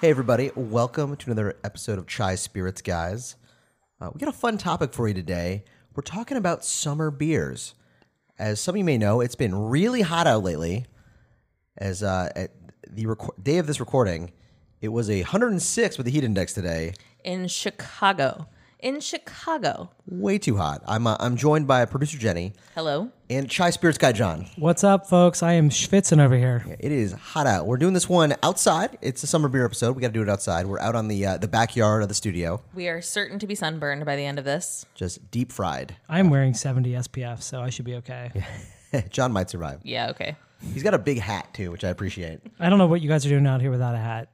Hey, everybody. Welcome to another episode of Chai Spirits, guys. Uh, we got a fun topic for you today. We're talking about summer beers. As some of you may know, it's been really hot out lately. As uh, at the rec- day of this recording, it was a 106 with the heat index today. in Chicago. In Chicago. Way too hot. I'm, uh, I'm joined by producer Jenny Hello. and Chai Spirits guy John. What's up, folks? I am Schwitzen over here. It is hot out. We're doing this one outside. It's a summer beer episode. We got to do it outside. We're out on the uh, the backyard of the studio, We are certain to be sunburned by the end of this. just deep fried. I'm wearing 70 SPF, so I should be okay. John might survive. Yeah, okay. He's got a big hat too, which I appreciate. I don't know what you guys are doing out here without a hat.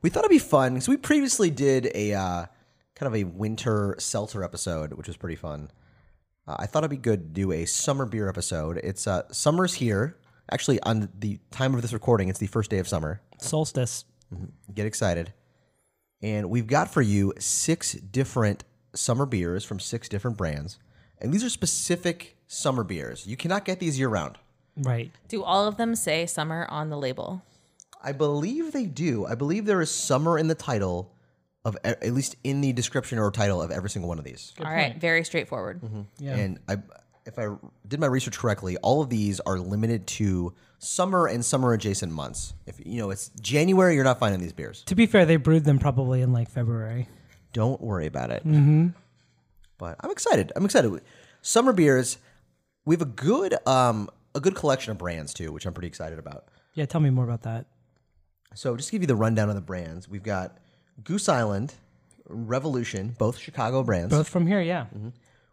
We thought it'd be fun. So we previously did a uh, kind of a winter seltzer episode, which was pretty fun. Uh, I thought it'd be good to do a summer beer episode. It's uh, summer's here. Actually, on the time of this recording, it's the first day of summer. Solstice. Get excited. And we've got for you six different summer beers from six different brands. And these are specific summer beers. You cannot get these year round. Right. Do all of them say summer on the label? I believe they do. I believe there is summer in the title of e- at least in the description or title of every single one of these. All right, very straightforward. Yeah. And I if I did my research correctly, all of these are limited to summer and summer adjacent months. If you know it's January, you're not finding these beers. to be fair, they brewed them probably in like February. Don't worry about it. But I'm excited. I'm excited. Summer beers. We have a good um a good collection of brands too, which I'm pretty excited about. Yeah, tell me more about that. So just to give you the rundown of the brands, we've got Goose Island, Revolution, both Chicago brands. Both from here, yeah. Mm-hmm.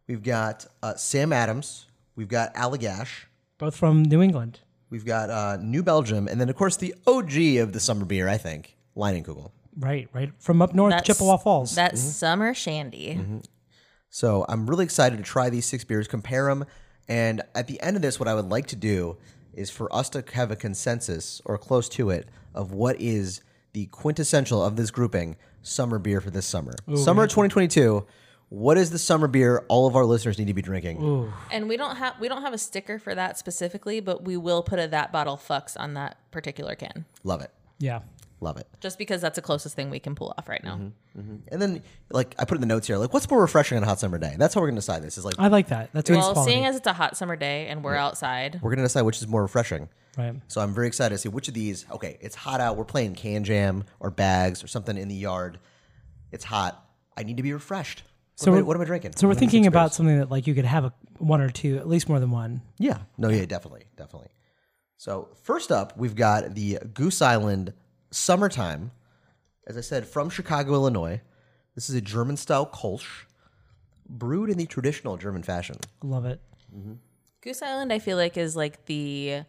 We've got uh, Sam Adams. We've got Allagash. Both from New England. We've got uh, New Belgium, and then of course the OG of the summer beer, I think, Leinenkugel. Right, right. From up north, Chippewa Falls. Mm-hmm. That's summer shandy. So I'm really excited to try these six beers, compare them, and at the end of this, what I would like to do is for us to have a consensus or close to it of what is the quintessential of this grouping summer beer for this summer, summer 2022. What is the summer beer all of our listeners need to be drinking? And we don't have we don't have a sticker for that specifically, but we will put a that bottle fucks on that particular can. Love it, yeah. love it. Just because that's the closest thing we can pull off right now. Mm-hmm. And then, like I put in the notes here, like what's more refreshing on a hot summer day? That's how we're gonna decide this. Is like I like that. That's good Well, quality. seeing as it's a hot summer day and we're outside, we're gonna decide which is more refreshing. right. So I'm very excited to see which of these. Okay, it's hot out. We're playing can jam or bags or something in the yard. It's hot. I need to be refreshed. So So what, am I, we're- what am I drinking? So we're What am I thinking drinking about something that like you could have a one or two, at least more than one. first? Yeah. No. Yeah. Definitely. Definitely. So first up, we've got the Goose Island Summertime. As I said, from Chicago, Illinois. This is a German style Kolsch, brewed in the traditional German fashion. Love it. Goose Island, I feel like, is like the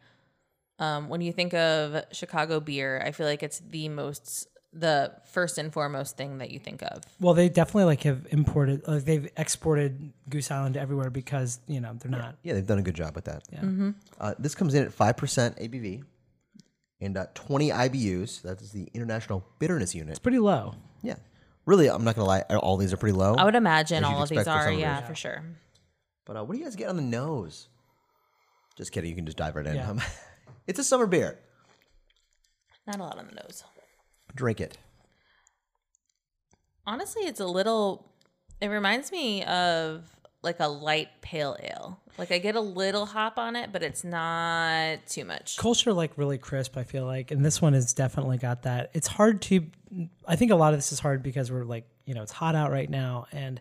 um, when you think of Chicago beer, I feel like it's the most the first and foremost thing that you think of. Well, they definitely like have imported, like they've exported Goose Island everywhere because you know they're not. Yeah, they've done a good job with that. Yeah. Mm-hmm. Uh, this comes in at five percent ABV and uh, twenty IBUs. That is the International Bitterness Unit. It's pretty low. Yeah. Really, I'm not gonna lie. All these are pretty low. I would imagine As you'd all of these expect for are, some of yeah, these. for sure. but uh, what do you guys get on the nose? Just kidding. You can just dive right in. Yeah. Um, it's a summer beer. Not a lot on the nose. Drink it. Honestly, it's a little. It reminds me of like a light pale ale. Like I get a little hop on it, but it's not too much. Culture like really crisp, I feel like, and this one has definitely got that. It's hard to, I think a lot of this is hard because we're like, you know, it's hot out right now, and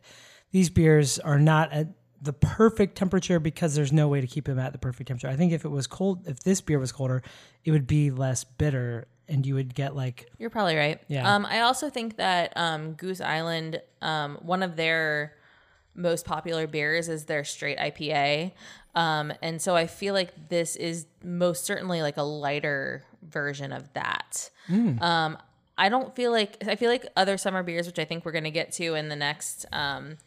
these beers are not at the perfect temperature because there's no way to keep them at the perfect temperature. I think if it was cold, if this beer was colder, it would be less bitter, and you would get like, You're probably right. Yeah. Um, I also think that um, Goose Island, um, one of their most popular beers is their straight IPA. Um, and so I feel like this is most certainly like a lighter version of that. Um, I don't feel like I feel like other summer beers, which I think we're gonna get to in the next um,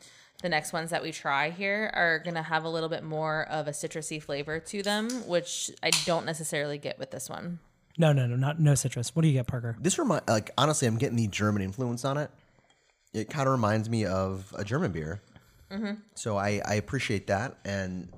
the next ones that we try here, are gonna have a little bit more of a citrusy flavor to them, which I don't necessarily get with this one. no, no, no, not no citrus. What do you get, Parker? This remind like honestly, I'm getting the German influence on it. It kind of reminds me of a German beer. Mm-hmm. So I, I appreciate that. And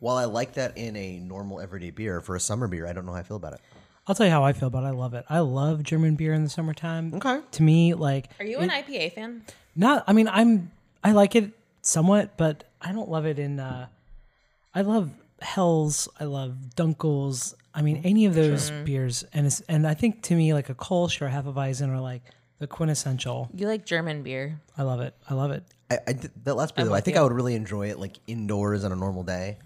while I like that in a normal everyday beer, for a summer beer, I don't know how I feel about it. I'll tell you how I feel about it. I love it. I love German beer in the summertime. Okay. To me, like Are you an IPA fan? not i mean i'm i like it somewhat but i don't love it in uh i love hells i love dunkels i mean any of those beers and it's and i think to me like a kolsch or a hefeweizen are like the quintessential You like German beer. i love it i love it I, I did- that last beer though, I think I would really enjoy it like indoors on a normal day.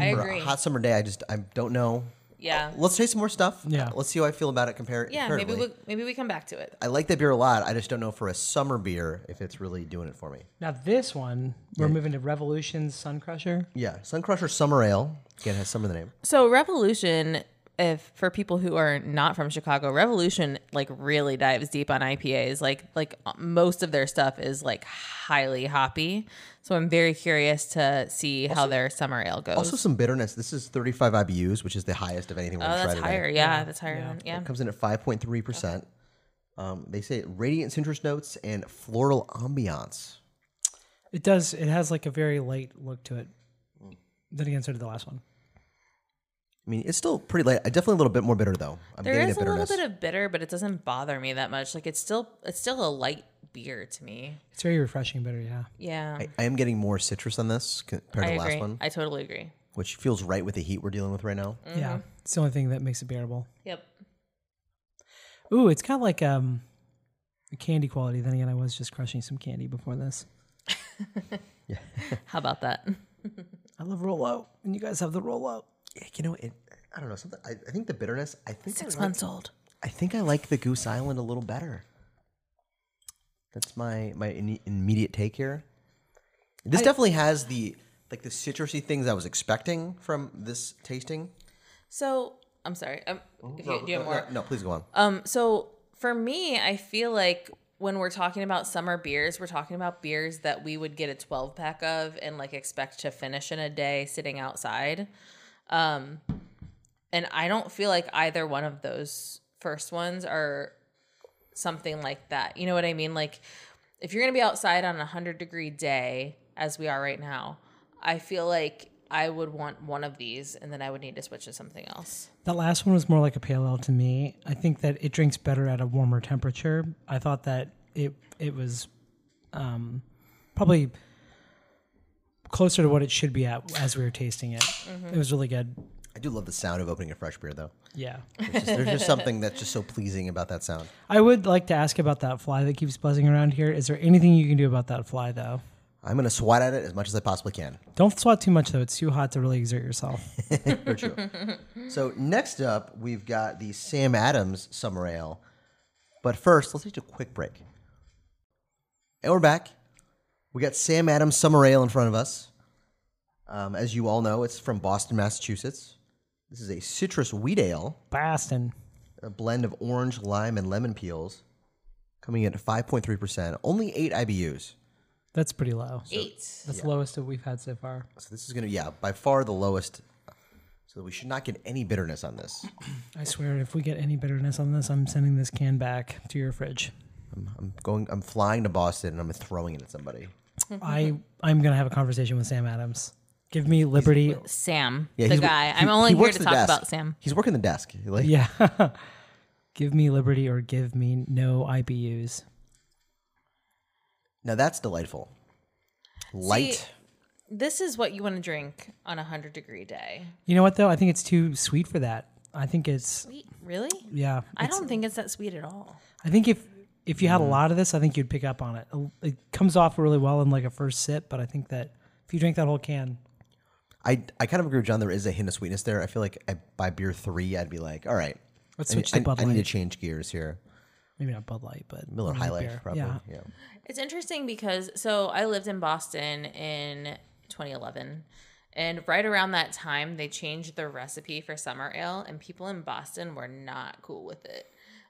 I For agree. A hot summer day, I just I don't know. Yeah. Let's taste some more stuff. Yeah. Uh, Let's see how I feel about it compared. Yeah, maybe we maybe we come back to it. I like that beer a lot. I just don't know for a summer beer if it's really doing it for me. now this one we're moving to revolution sun crusher Yeah, Sun Crusher Summer Ale again has summer in the name. So Revolution, if for people who are not from Chicago, Revolution like really dives deep on IPAs. Like like most of their stuff is like highly hoppy. So I'm very curious to see how their summer ale goes. Also some bitterness. This is 35 IBUs, which is the highest of anything we're oh, gonna try that's today. higher. Yeah, that's higher than yeah. It comes in at 5.3 percent. Um, they say radiant citrus notes and floral ambiance. it does it has like a very light look to it then again so did the last one I mean, it's still pretty light. I definitely a little bit more bitter though. I'm There getting is the a little bitterness. bit of bitter, but it doesn't bother me that much. Like it's still it's still a light beer to me. it's very refreshing bitter yeah Yeah. I, I am getting more citrus on this compared to the agree. last one, I totally agree. which feels right with the heat we're dealing with right now. yeah it's the only thing that makes it bearable Yep. ooh it's kind of like um candy quality then again i was just crushing some candy before this How about that? I love Rolo, and you guys have the Rolo. Yeah, you know, it, I don't know. Something. I, I think the bitterness. I think Six I like, months old. I think I like the Goose Island a little better. That's my my in, immediate take here. This definitely has the like the citrusy things I was expecting from this tasting. So I'm sorry. Um, if you, do you have more? No, please go on. Um, so for me, I feel like when we're talking about summer beers, we're talking about beers that we would get a 12 pack of and like expect to finish in a day sitting outside. Um, and I don't feel like either one of those first ones are something like that. You know what I mean? Like if you're going to be outside on a 100 degree day as we are right now, I feel like I would want one of these and then I would need to switch to something else. That last one was more like a pale ale to me. I think that it drinks better at a warmer temperature. I thought that it it was um, probably closer to what it should be at as we were tasting it. It was really good. I do love the sound of opening a fresh beer though. Yeah. There's just, there's just something that's just so pleasing about that sound. I would like to ask about that fly that keeps buzzing around here. Is there anything you can do about that fly though? I'm gonna swat at it as much as I possibly can. Don't swat too much though. It's too hot to really exert yourself. Very true. so next up, we've got the Sam Adams Summer Ale. But first, let's take a quick break. And we're back. We got Sam Adams Summer Ale in front of us. Um, as you all know, it's from Boston, Massachusetts. This is a citrus wheat ale, Bastin. a blend of orange, lime, and lemon peels, coming in at 5.3%, only 8 IBUs. That's pretty low. Eight. That's the lowest that we've had so far. So this is going to, yeah, by far the lowest. So we should not get any bitterness on this. I swear, if we get any bitterness on this, I'm sending this can back to your fridge. I'm going. I'm flying to Boston and I'm throwing it at somebody. I I'm gonna have a conversation with Sam Adams. Give me liberty. Sam, Yeah, the he's- guy. he- I'm only he here works to the talk desk. about Sam. He's working the desk. He, Like, Yeah. give me liberty or give me no IBUs. Now that's delightful. Light. See, this is what you want to drink on a 100 degree day. You know what though? I think it's too sweet for that. I think it's Sweet. Really? yeah. I don't think it's that sweet at all. I think if if you had a lot of this, I think you'd pick up on it. It comes off really well in like a first sip, but I think that if you drink that whole can, I I kind of agree with John. There is a hint of sweetness there. I feel like I, by beer three, I'd be like, all right, Let's I need- switch to I, Bud I need to Light. change gears here. maybe not Bud Light, but Miller High light Life, beer. probably. Yeah. It's interesting because so I lived in Boston in 2011. And right around that time, they changed the recipe for summer ale, and people in Boston were not cool with it.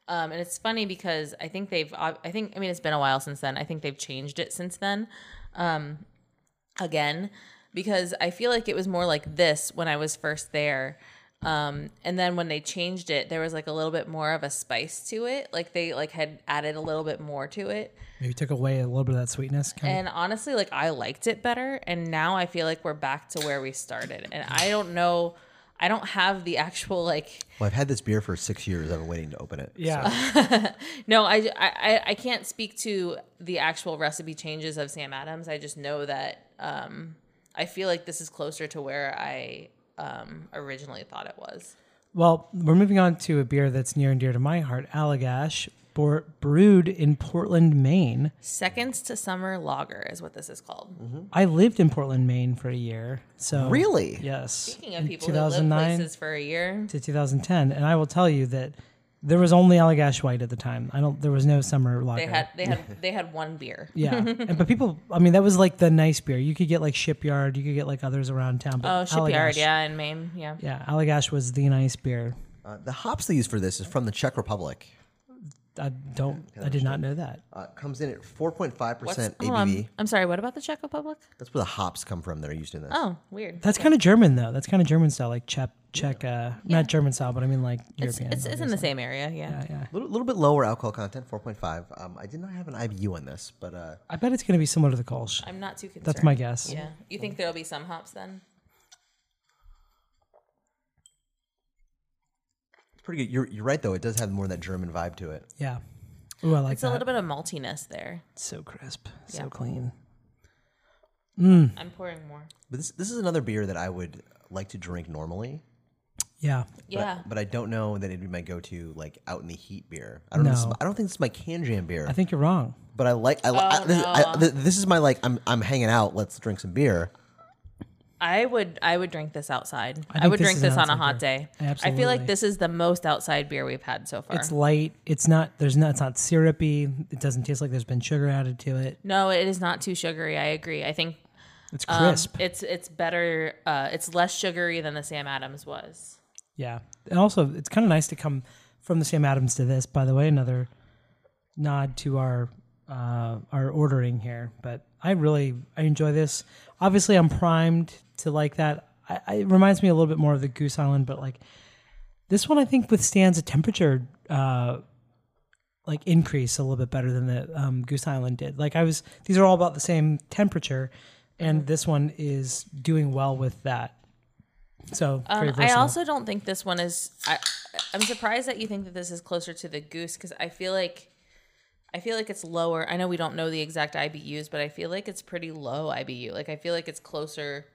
Um, and it's funny because I think they've, I think, I mean, it's been a while since then. I think they've changed it since then. um, again because I feel like it was more like this when I was first there. Um, and then when they changed it, there was like a little bit more of a spice to it. Like they like had added a little bit more to it. Maybe took away a little bit of that sweetness. Kind And honestly, like I liked it better. And now I feel like we're back to where we started. And I don't know. I don't have the actual like Well, I've had this beer for six years. I've been waiting to open it. Yeah. no I, I i can't speak to the actual recipe changes of sam adams i just know that um i feel like this is closer to where i um originally thought it was Well, we're moving on to a beer that's near and dear to my heart, Allagash, bor- brewed in Portland, Maine. seconds to summer lager is what this is called I lived in Portland, Maine for a year. So Really? Yes. speaking in of people who live places for a year to 2010, and I will tell you that there was only Allagash White at the time. I don't. There was no summer lager. they had they had they had one beer yeah, and, but people. I mean, that was like the nice beer. You could get like Shipyard. You could get like others around town. But oh shipyard Allagash- yeah in maine yeah Yeah, Allagash was the nice beer. Uh, the hops they use for this is from the Czech Republic. I don't. I did not know that. Uh, comes in at 4.5% ABV. Hold on. oh, I'm sorry. What about the Czech Republic? That's where the hops come from that are used in this. Oh, weird. That's kind of German though. That's kind of German style, like Czech, Czech, uh, not German style, but I mean like It's, European. it's, it's in the same area. Yeah. yeah. A little, little bit lower alcohol content, 4.5. Um, I did not have an IBU on this, but uh, I bet it's going to be similar to the Kolsch. I'm not too concerned. That's my guess. Yeah. You think there'll be some hops then? it's pretty good. You're, you're right, though. It does have more of that German vibe to it. Yeah. Ooh, I like It's that. a little bit of maltiness there. so crisp, so Yeah. clean. Hmm. I'm pouring more. But this, this is another beer that I would like to drink normally. Yeah. but- Yeah. But, I don't know that it'd be my go-to like out in the heat beer. I don't know. This is, No. I don't think this is my can jam beer. I think you're wrong. but I like. I, li- I, Oh, this, I, no. th- this is my like. I'm I'm hanging out. Let's drink some beer. I would I would drink this outside. I, think would this drink is an this on a outside hot beer. day. I feel Absolutely. like this is the most outside beer we've had so far. It's light. It's not. There's not. It's not syrupy. It doesn't taste like there's been sugar added to it. no, it is not too sugary. I agree. I think It's um, crisp. it's it's better. Uh, it's less sugary than the Sam Adams was. yeah. And also, it's kind of nice to come from the Sam Adams to this. By the way, another nod to our uh, our ordering here. But I really I enjoy this. Obviously, I'm primed to like that. I, I, it reminds me a little bit more of the Goose Island, but like this one, I think withstands a temperature uh, like increase a little bit better than the um, Goose Island did. Like I was, these are all about the same temperature, Mm-hmm. and this one is doing well with that. So very Um, I versatile. also don't think this one is. I, I'm surprised that you think that this is closer to the goose because I feel like, I feel like it's lower. I know we don't know the exact IBUs, but I feel like it's pretty low IBU. Like I feel like it's closer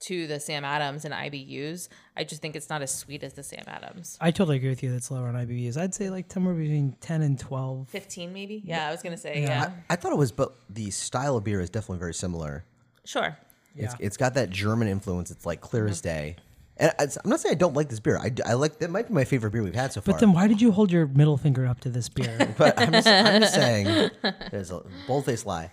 to the Sam Adams and IBUs. I just think it's not as sweet as the Sam Adams. I totally agree with you. That's lower on IBUs. I'd say like somewhere between ten and twelve. Fifteen maybe. Yeah, I was gonna say yeah. I thought it was, but the style of beer is definitely very similar. Sure. It's, it's got that German influence. It's like clear Mm-hmm. as day. And I, I'm not saying I don't like this beer. I, d- I like that might be my favorite beer we've had so far. But then why did you hold your middle finger up to this beer? But I'm just, I'm just saying, there's a boldface lie.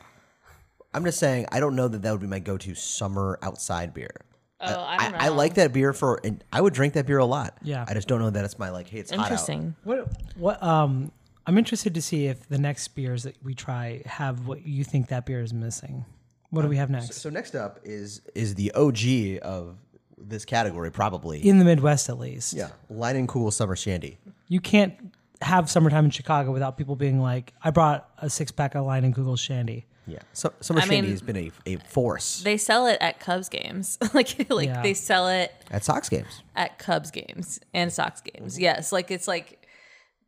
I'm just saying, I don't know that that would be my go-to summer outside beer. Oh, I I, don't know. I like that beer for, and I would drink that beer a lot. Yeah. I just don't know that it's my like, hey, it's hot out. Interesting. what? What? Um, I'm interested to see if the next beers that we try have what you think that beer is missing. What do we have next? So next up is is the OG of this category, probably. In the Midwest, at least. Yeah, light and cool summer shandy. You can't have summertime in Chicago without people being like, "I brought a six pack of Line and Google Shandy." Yeah, so, summer I shandy mean- has been a, a force They sell it at Cubs games. like like Yeah. they sell it. at Sox games. at Cubs games and Sox games. Yes, like it's like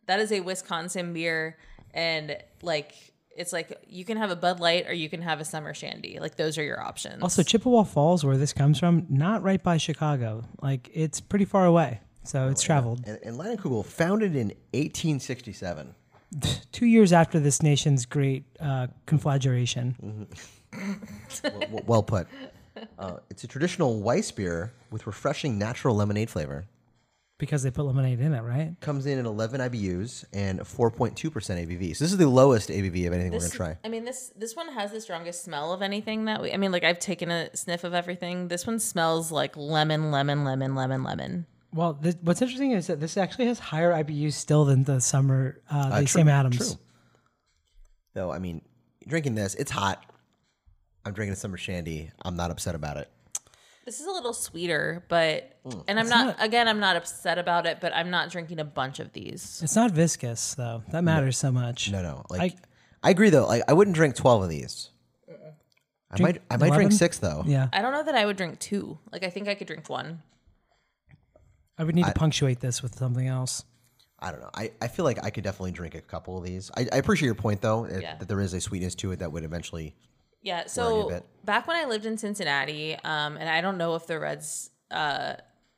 that is a Wisconsin beer, and like it's like you can have a Bud Light or you can have a Summer Shandy. Like those are your options. Also, Chippewa Falls, where this comes from, not right by Chicago. Like it's pretty far away, so Oh, it's traveled. And, and light and cool, founded in 1867. two years after this nation's great uh, conflagration. Mm-hmm. W- well put. Uh, it's a traditional Weiss beer with refreshing natural lemonade flavor. Because they put lemonade in it, right? Comes in at 11 IBUs and 4.2% ABV. So this is the lowest ABV of anything we're This- gonna try. I mean this this one has the strongest smell of anything that we. I mean, like I've taken a sniff of everything. This one smells like lemon, lemon, lemon, lemon, lemon. Well, this, what's interesting is that this actually has higher IBU still than the summer, uh, the Sam Adams. true. Though I mean, drinking this, it's hot. I'm drinking a summer shandy. I'm not upset about it. This is a little sweeter, but and I'm not, again. I'm not upset about it, but I'm not drinking a bunch of these. It's not viscous though. That matters so much. No, no. Like I, agree though. Like I wouldn't drink 12 of these. I might I might drink 11? six though. Yeah. I don't know that I would drink two. Like I think I could drink one. I would need to punctuate this with something else. I don't know. I, I feel like I could definitely drink a couple of these. I, I appreciate your point though that- Yeah. that there is a sweetness to it that would eventually. Yeah. you So bet. back when I lived in Cincinnati, um, and I don't know if the Reds uh,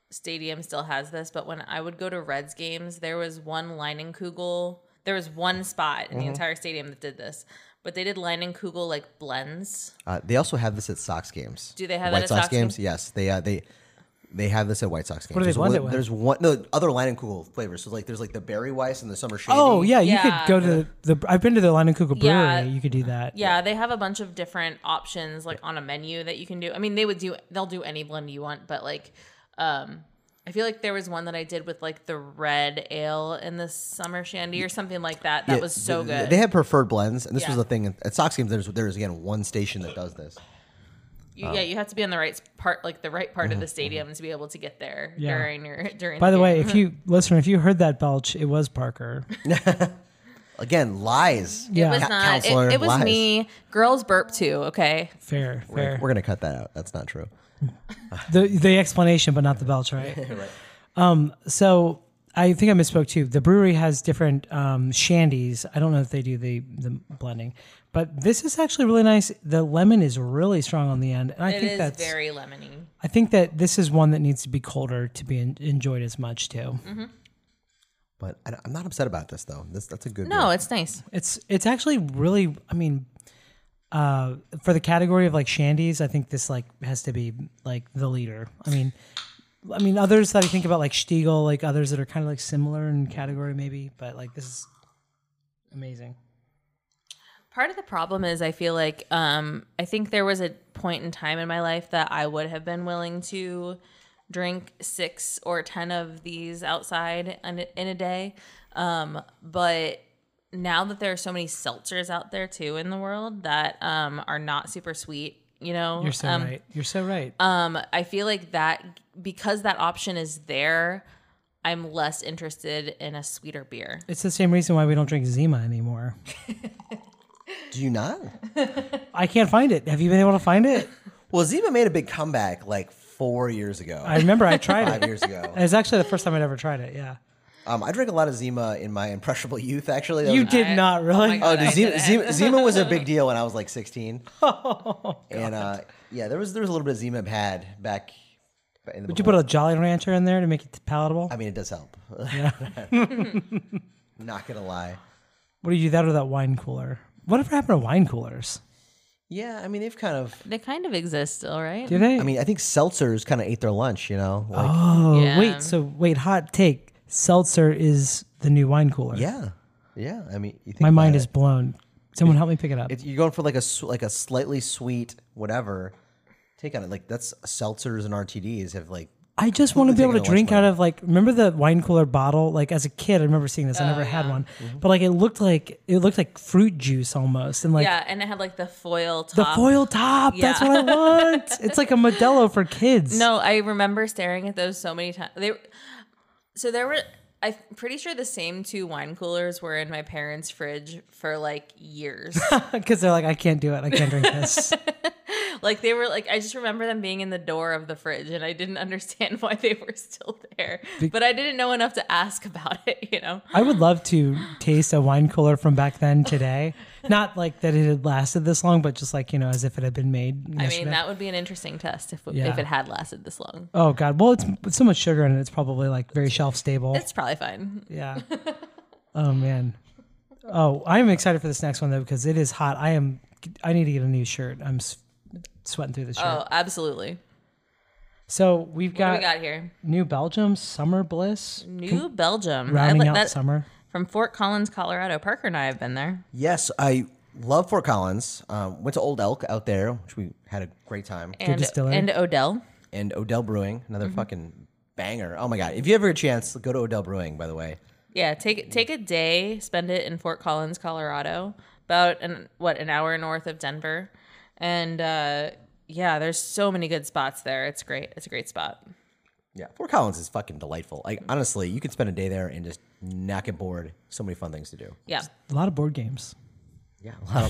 stadium still has this, but when I would go to Reds games, there was one Leinenkugel. There was one spot Mm-hmm. in the entire stadium that did this, but they did Leinenkugel like blends. Uh, they also have this at Sox games. Do they have White that at Sox Sox games? games? Yes, they uh, they they have this at White Sox games. do they there's blend one, it with? There's one no other line and cool flavors. So like there's like the berry Weiss and the summer shady. Oh yeah, you Yeah. could go to the, the. I've been to the Line and Kugel Brewery. Yeah. You could do that. Yeah, they have a bunch of different options like on a menu that you can do. I mean, they would do they'll do any blend you want, but like um I feel like there was one that I did with like the red ale and the summer shandy or something like that. That Yeah, was so th- th- good. They had preferred blends, and this was Yeah. the thing at- at Sox games. There's there's again one station that does this. You- yeah, you have to be on the right s- part, like the right part of the stadium to be able to get there Yeah. during your during. By the way, game. if you listener, if you heard that belch, it was Parker. Again, lies. Yeah. it was Ca- not. counselor, It, it was lies. me. Girls burp too. Okay. Fair, We're fair. gonna cut that out. That's not true. The the explanation, but not the belch, right? Um. So I think I misspoke too. The brewery has different um, shandies. I don't know if they do the the blending, but this is actually really nice. The lemon is really strong on the end, and I It think is that's. very lemony. I think that this is one that needs to be colder to be en- enjoyed as much too. But I, am not upset about this though. This that's a good. No, it's nice. It's it's actually really I mean uh for the category of like shandies, I think this like has to be like the leader. I mean I mean others that I think about like Stiegel, like others that are kind of like similar in category maybe, but like this is amazing. Part of the problem is I feel like um, I think there was a point in time in my life that I would have been willing to drink six or ten of these outside in a- in a day, um, but now that there are so many seltzers out there too in the world that um, are not super sweet, you know, You're so um, right. You're so right. um, I feel like that because that option is there, I'm less interested in a sweeter beer. it's the same reason why we don't drink Zima anymore. Do you not? I can't find it. Have you been able to find it? Well, Zima made a big comeback like four years ago, I remember I tried five it. years ago. It was actually the first time I'd ever tried it. Yeah. Um, I drank a lot of Zima in my impressionable youth. Actually, That You was- did I- not oh really. my God. Oh, the Zima, Zima, Zima was a big deal when I was like 16. Oh, and uh, yeah, there was there was a little bit of Zima I've had back. In the Would you put a Jolly Rancher in there to make it palatable? I mean, it does help. Not gonna lie. What do you do that or that wine cooler? Whatever happened to wine coolers? Yeah, I mean they've kind of. They kind of exist still, right? Do they? I mean, I think seltzers kind of ate their lunch. You know, like oh Yeah. wait, so wait, hot take. Seltzer is the new wine cooler. yeah, yeah. I mean, you think My about mind it. is blown. Someone help me pick it up. It, you're going for like a s- like a slightly sweet whatever take on it. Like that's seltzers and RTDs have like I just want to be taking able to a lunch drink out break. of like remember the wine cooler bottle? Like as a kid, I remember seeing this. I Oh, never had one. Mm-hmm. But like it looked like it looked like fruit juice almost. And like yeah, and it had like the foil top. the foil top. That's what I want. it's like a Modelo for kids. No, I remember staring at those so many times. They, so there were. I'm pretty sure the same two wine coolers were in my parents' fridge for like years. Because they're like, I can't do it. I can't drink this. like they were like I just remember them being in the door of the fridge and I didn't understand why they were still there. but I didn't know enough to ask about it, you know. I would love to taste a wine cooler from back then today. Not like that it had lasted this long, but just like, you know, as if it had been made. I yesterday. mean, that would be an interesting test if Yeah. if it had lasted this long. oh, God. Well, it's, it's so much sugar in it. It's probably like very shelf stable. It's probably fine. yeah. oh, man. Oh, I'm excited for this next one, though, because it is hot. I am, I need to get a new shirt. I'm s- sweating through the shirt. Oh, absolutely. So we've What do got, we got here? New Belgium Summer Bliss. New Belgium. I Rounding like out that- summer. From Fort Collins, Colorado. Parker and I have been there. yes. I love Fort Collins. Um, went to Old Elk out there, which we had a great time. And, distillery. and Odell. And Odell Brewing, another fucking banger. Oh my god! If you ever get a chance, go to Odell Brewing. By the way, Yeah, take take a day, spend it in Fort Collins, Colorado, about an what an hour north of Denver, and uh, yeah, there's so many good spots there. It's great. It's a great spot. yeah, Fort Collins is fucking delightful. Like honestly, you could spend a day there and just not get bored. So many fun things to do. Yeah, A lot of board games. Yeah, a lot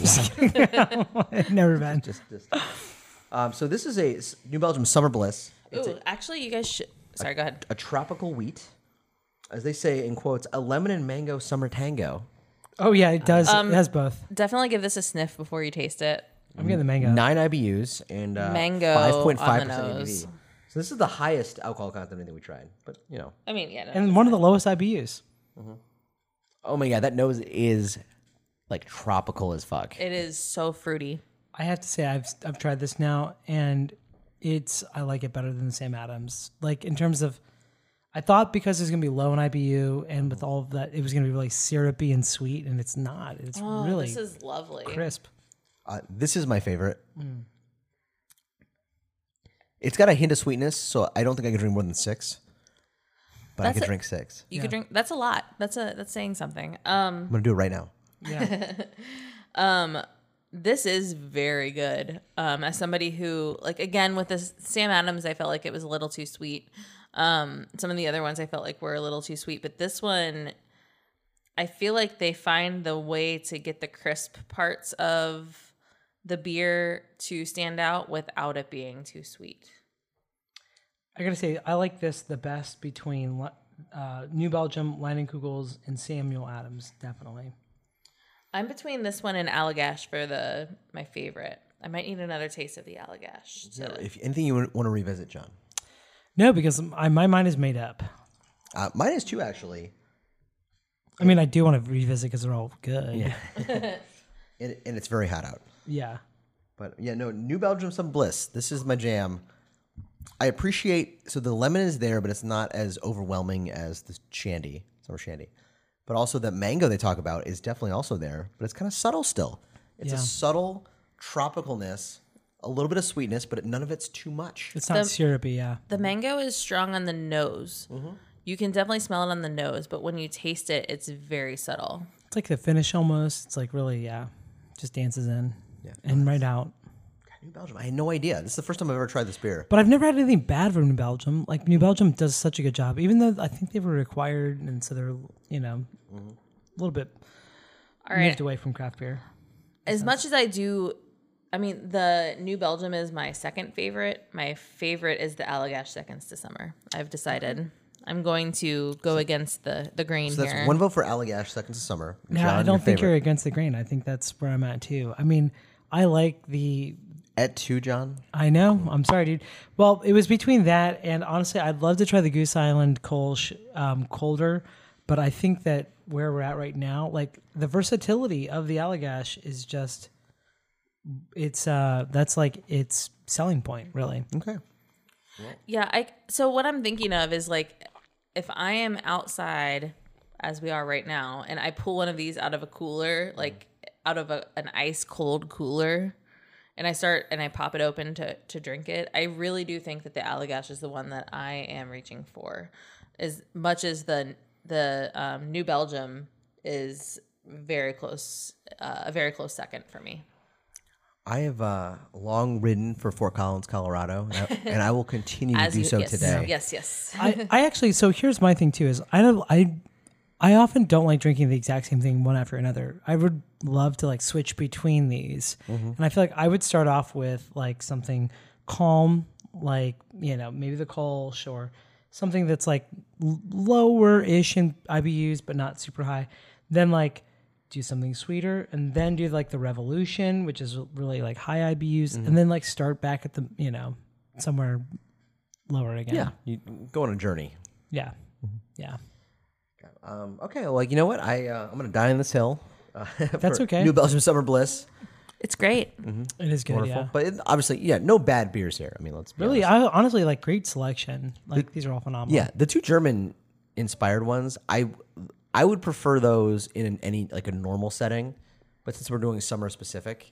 of. Never been. just, just. Um, so this is a s- New Belgium Summer Bliss. Ooh, actually, you guys should. Sorry, go ahead. a tropical wheat, as they say in quotes, a lemon and mango summer tango. Oh yeah, it does. Um, it has both. Definitely give this a sniff before you taste it. I'm getting the mango. Nine IBUs and uh, Mango five point five on the percent nose. ABV. So this is the highest alcohol content that we tried. But you know, I mean, yeah. No. and one of the lowest IBUs. oh my god, that nose is like tropical as fuck. It is so fruity. I have to say I've I've tried this now and it's I like it better than the Sam Adams. Like in terms of I thought because it was gonna be low in IBU and with all of that it was gonna be really syrupy and sweet and it's not. It's really Oh, This is lovely. crisp. Uh, this is my favorite. Mm. It's got a hint of sweetness, so I don't think I can drink more than six. But I That's could a- Mm. drink six. You could drink. That's a lot. That's a that's saying something. Um, I'm gonna do it right now. this is very good. Um, as somebody who like again with this Sam Adams, I felt like it was a little too sweet. Um, some of the other ones I felt like were a little too sweet, but this one, I feel like they find the way to get the crisp parts of the beer to stand out without it being too sweet. I gotta say, I like this the best between Le- uh, New Belgium, Kugels, and Samuel Adams, definitely. I'm between this one and Allagash for the my favorite. I might need another taste of the Allagash. to- If anything you want to revisit, John. No, because I, my mind is made up. Uh, mine is two actually, I mean, I do want to revisit because they're all good. Yeah. and, and it's very hot out. yeah. But yeah, no, New Belgium some bliss. This is my jam. I appreciate so the lemon is there, but it's not as overwhelming as the shandy, summer shandy. But also that mango they talk about is definitely also there, but it's kind of subtle still. It's a Yeah. subtle tropicalness, a little bit of sweetness, but none of it's too much. It's not syrupy, yeah. The mango is strong on the nose. Mm-hmm. You can definitely smell it on the nose, but when you taste it, it's very subtle. It's like the finish almost. It's like really, yeah, just dances in and right out. New Belgium, I had no idea. This is the first time I've ever tried this beer. But I've never had anything bad from New Belgium. Like New Belgium does such a good job, even though I think they were required, and so they're you know Mm-hmm. a little bit All right. moved away from craft beer. As much as I do, I mean, the New Belgium is my second favorite. My favorite is the Allagash Seconds to Summer. I've decided. I'm going to go against the the grain So here. that's one vote for Allagash, second to summer. Yeah, John, I your don't think favorite. you're against the grain. I think that's where I'm at too. I mean, I like the. at two, John. I know. I'm sorry, dude. Well, it was between that and honestly, I'd love to try the Goose Island Kolsch um, colder, but I think that where we're at right now, like the versatility of the Allagash is just. It's uh, that's like its selling point, really. Okay. Yeah, I so what I'm thinking of is like if I am outside as we are right now and I pull one of these out of a cooler, like out of a, an ice cold cooler and I start and I pop it open to to drink it, I really do think that the Allagash is the one that I am reaching for as much as the the um, New Belgium is very close uh, a very close second for me. I have uh, long ridden for Fort Collins, Colorado, and I, and I will continue to do you- so yes, today. Yes, yes. I, I actually so here's my thing too is I don't I I often don't like drinking the exact same thing one after another. I would love to like switch between these. And I feel like I would start off with like something calm, like, you know, maybe the Kolsch or something that's like lower ish in IBUs but not super high. Then like do something sweeter and then do like the revolution, which is really like high IBUs, and then like start back at the you know, somewhere lower again. Yeah, you go on a journey. Yeah. Mm-hmm. Yeah. Um, okay, well, you know what? I uh, I'm gonna die on this hill. Uh, That's for okay. New Belgium Summer Bliss, It's great. It is good. wonderful. Yeah. But it, obviously, yeah, no bad beers here. I mean, let's be Really, honest. I honestly like great selection. Like these are all phenomenal. yeah. The two German inspired ones, I I would prefer those in an, any like a normal setting, but since we're doing summer specific,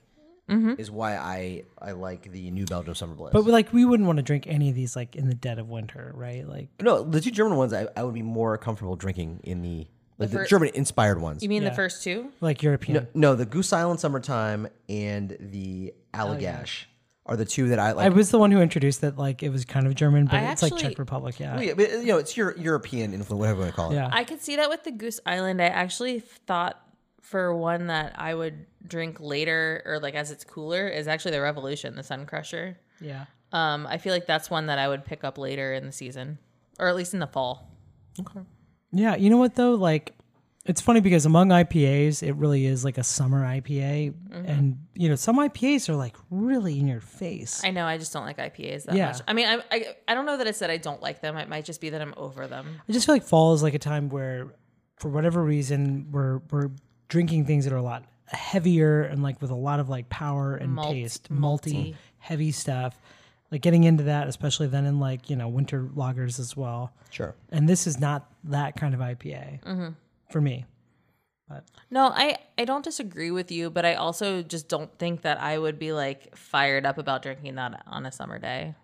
Mm-hmm. is why I I like the New Belgium Summer Bliss. But like we wouldn't want to drink any of these like in the dead of winter, right? Like no, the two German ones, I, I would be more comfortable drinking in the like the fir- German inspired ones. You mean Yeah. the first two? like European. No, the Goose Island Summertime and the Allagash are the two that I like. Oh, I was the one who introduced that like it was kind of German, but I it's like actually- Czech Republic, yeah. oh, Yeah, but, you know, it's your European influence, whatever you want to call it. yeah. I could see that with the Goose Island. I actually thought for one that I would drink later or like as it's cooler is actually the Revolution, the Sun Crusher. yeah. Um, I feel like that's one that I would pick up later in the season. or at least in the fall. Yeah, you know what though? Like, it's funny because among IPAs, it really is like a summer IPA, Mm-hmm. and you know some IPAs are like really in your face. I know I just don't like IPAs that Yeah. much. I mean, I, I I don't know that it's that I don't like them. It might just be that I'm over them. I just feel like fall is like a time where, for whatever reason, we're we're drinking things that are a lot heavier and like with a lot of like power and Malt- taste, malty. malty, heavy stuff. Like getting into that, especially then in like you know winter lagers as well. Sure. And this is not that kind of IPA Mm-hmm. for me. No, I I don't disagree with you, but I also just don't think that I would be like fired up about drinking that on a summer day.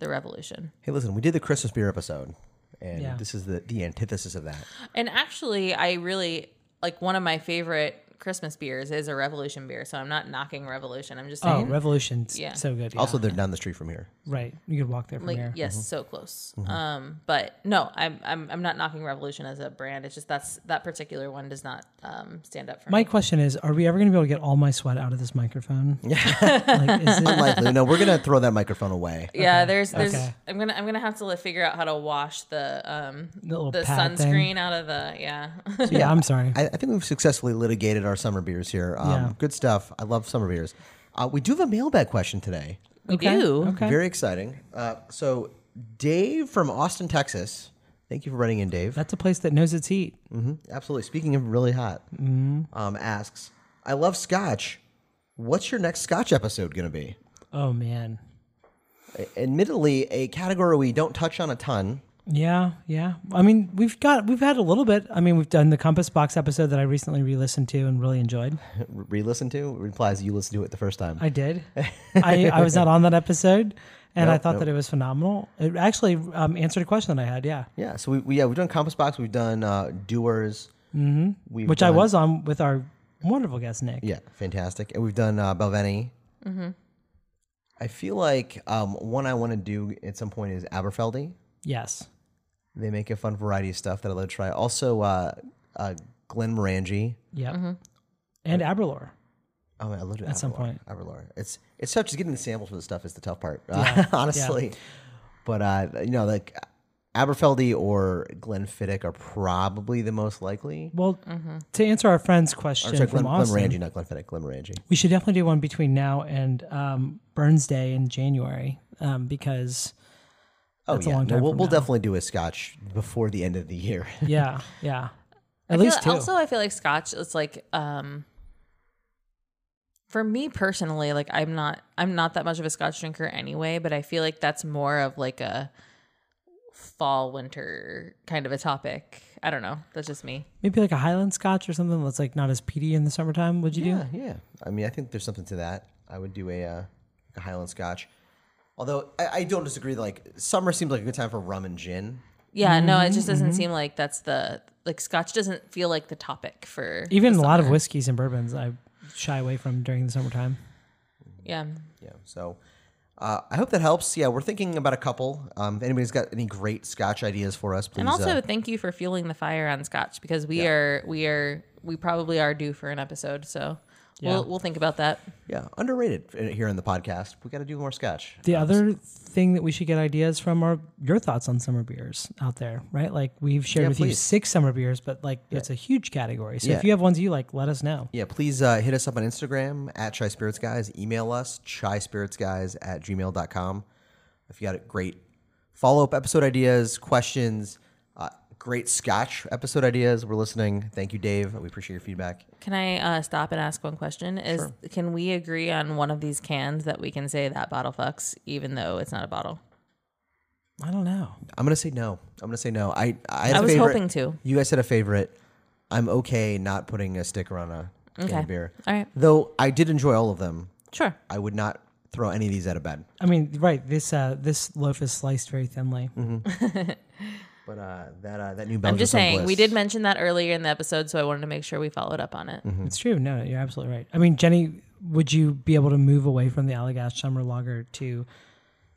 The Revolution. Hey, listen, we did the Christmas beer episode, and Yeah. this is the the antithesis of that. And actually, I really like one of my favorite Christmas beers is a Revolution beer. So I'm not knocking Revolution. I'm just Oh, saying, Revolution's Yeah. so good. yeah. Also, they're down the street from here. right, you could walk there from like, here. yes, so close. Mm-hmm. Um, but no, I'm, I'm I'm not knocking Revolution as a brand. It's just that's that particular one does not um stand up for My me. question is: Are we ever going to be able to get all my sweat out of this microphone? Yeah. like, is it, Unlikely. No, we're gonna throw that microphone away. Yeah, there's there's Okay. I'm gonna I'm gonna have to like, figure out how to wash the um The little the pad thing. sunscreen out of the yeah. yeah, I'm sorry. I, I think we've successfully litigated our summer beers here. Um, Yeah. Good stuff. I love summer beers. Uh, we do have a mailbag question today. we Okay. do. Okay. Very exciting. Uh, so, Dave from Austin, Texas. Thank you for writing in, Dave. That's a place that knows its heat. Absolutely. Speaking of really hot, Mm-hmm. um, asks, I love scotch. What's your next scotch episode going to be? Oh man. Admittedly, a category we don't touch on a ton. Yeah, yeah. I mean, we've got we've had a little bit. I mean, we've done the Compass Box episode that I recently re-listened to and really enjoyed. Re listen to replies, you listened to it the first time. I did. I, I was not on that episode, and I Nope, thought nope. that it was phenomenal. It actually um, answered a question that I had. Yeah, yeah. So, we, we, yeah, we've done Compass Box, we've done uh, Doers. Mm-hmm. We've which I done- was on with our wonderful guest Nick. Yeah, fantastic. And we've done uh, Belveni. I feel like um, one I want to do at some point is Aberfeldy. Yes. They make a fun variety of stuff that I'd love to try. Also, uh, uh, Glenn Morangi. Yep. And Aberlore. Oh, I love it. At some point. Aberlore. It's it's tough. Just getting the samples for the stuff is the tough part, uh, honestly. But uh, you know, like Aberfeldy or Glenn Fiddick are probably the most likely. Well, to answer our friend's question Mm-hmm. Sorry, from Glenn, Glenn Austin, Morangi, not Glenn Fiddick. Glenn Morangi. we should definitely do one between now and um, Burns Day in January um, because Oh That's a yeah, long no, time we'll, from we'll now. definitely do a Scotch before the end of the year. yeah, yeah. I At feel- least two. Also, I feel like scotch. It's like um, for me personally, like I'm not I'm not that much of a scotch drinker anyway. But I feel like that's more of like a fall winter kind of a topic. I don't know. That's just me. Maybe like a Highland Scotch or something that's like not as peaty in the summertime. Would you Yeah, yeah. I mean, I think there's something to that. I would do a, uh, a Highland Scotch. Although I, I don't disagree. Like summer seems like a good time for rum and gin. Yeah. No, it just Mm-hmm. doesn't seem like that's the like scotch doesn't feel like the topic for do? Even a lot of whiskeys and bourbons, I shy away from during the summertime. yeah. Yeah. So uh, I hope that helps. Yeah, we're thinking about a couple. Um, if anybody's got any great Scotch ideas for us, please. And also, uh, thank you for fueling the fire on scotch because we are we are we probably are due for an episode. So we'll we'll think about that. yeah, underrated f- here in the podcast. We got to do more Scotch. The other thing that we should get ideas from are your thoughts on summer beers out there, right? Like we've shared Yeah, with you please. six summer beers, but like it's a huge category. So Yeah. if you have ones you like, let us know. Yeah, please uh, hit us up on Instagram at Chai Spirits Guys. Email us, Chai Spirits Guys at gmail.com. If you got a great follow up episode ideas, questions, uh, great Scotch episode ideas, we're listening. Thank you, Dave. We appreciate your feedback. Can I uh, stop and ask one question? Is can we agree on one of these cans that we can say that bottle fucks, even though it's not a bottle? I don't know. I'm going to say no. I'm going to say no. I, I, had I a was favorite. hoping to. You guys had a favorite. I'm okay not putting a sticker on a canned Okay. beer. All right, Though I did enjoy all of them, sure. I would not throw any of these out of bed. I mean, right? This uh, this loaf is sliced very thinly. But uh, that uh, that new I'm Belgian just saying we Bliss- did mention that earlier in the episode, so I wanted to make sure we followed up on it. Hmm. It's true. No, you're absolutely right. I mean, Jenny, would you be able to move away from the Allagash summer lager to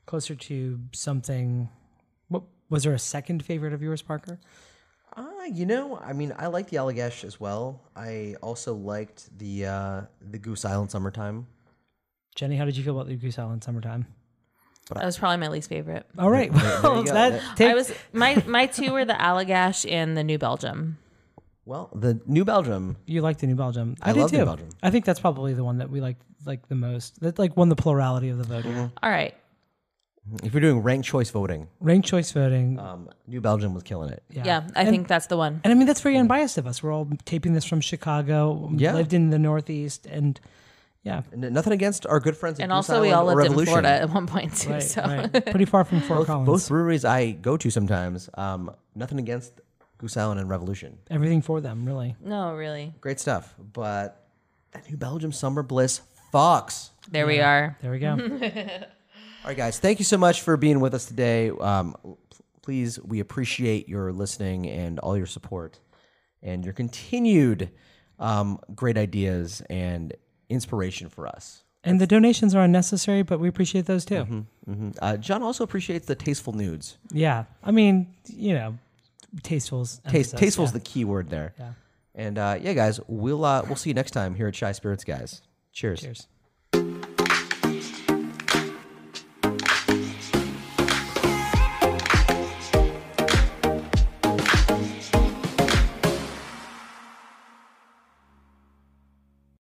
closer to something? What was there a second favorite of yours, Parker? Uh, you know, I mean, I like the Allagash as well. I also liked the uh, the Goose Island Summertime. Jenny, how did you feel about the Goose Island summertime? That was probably my least favorite. All right. Well, go. that take, I was my my two were the Allagash and the New Belgium. Well, the New Belgium. you like the New Belgium. I, I do love too. New Belgium. I think that's probably the one that we liked like the most. That like won the plurality of the vote. Mm-hmm. All right. If you're doing ranked choice voting, Ranked choice voting. um, New Belgium was killing it. Yeah, I think that's the one. And I mean that's very unbiased of us. We're all taping this from Chicago. Yeah. Lived in the Northeast and yeah. N- nothing against our good friends. At And Goose also, we all Island or lived in Revolution. Florida at one point too. Right, so right. Pretty far from Fort Collins. Both breweries I go to sometimes. Um, nothing against Goose Island and Revolution. Everything for them, really. no, really, Great stuff. But that New Belgium Summer Bliss Fox. there we are. There we go. All right, guys. Thank you so much for being with us today. Um, p- please, we appreciate your listening and all your support and your continued um, great ideas and inspiration for us. And the donations are unnecessary, but we appreciate those too. Mhm. Uh, John also appreciates the tasteful nudes. Yeah. I mean, you know, tasteful's Taste, emphasis, tasteful is the yeah. key word there. Yeah. And uh, yeah, guys, we'll uh, we'll see you next time here at Shy Spirits, guys. Cheers. Cheers.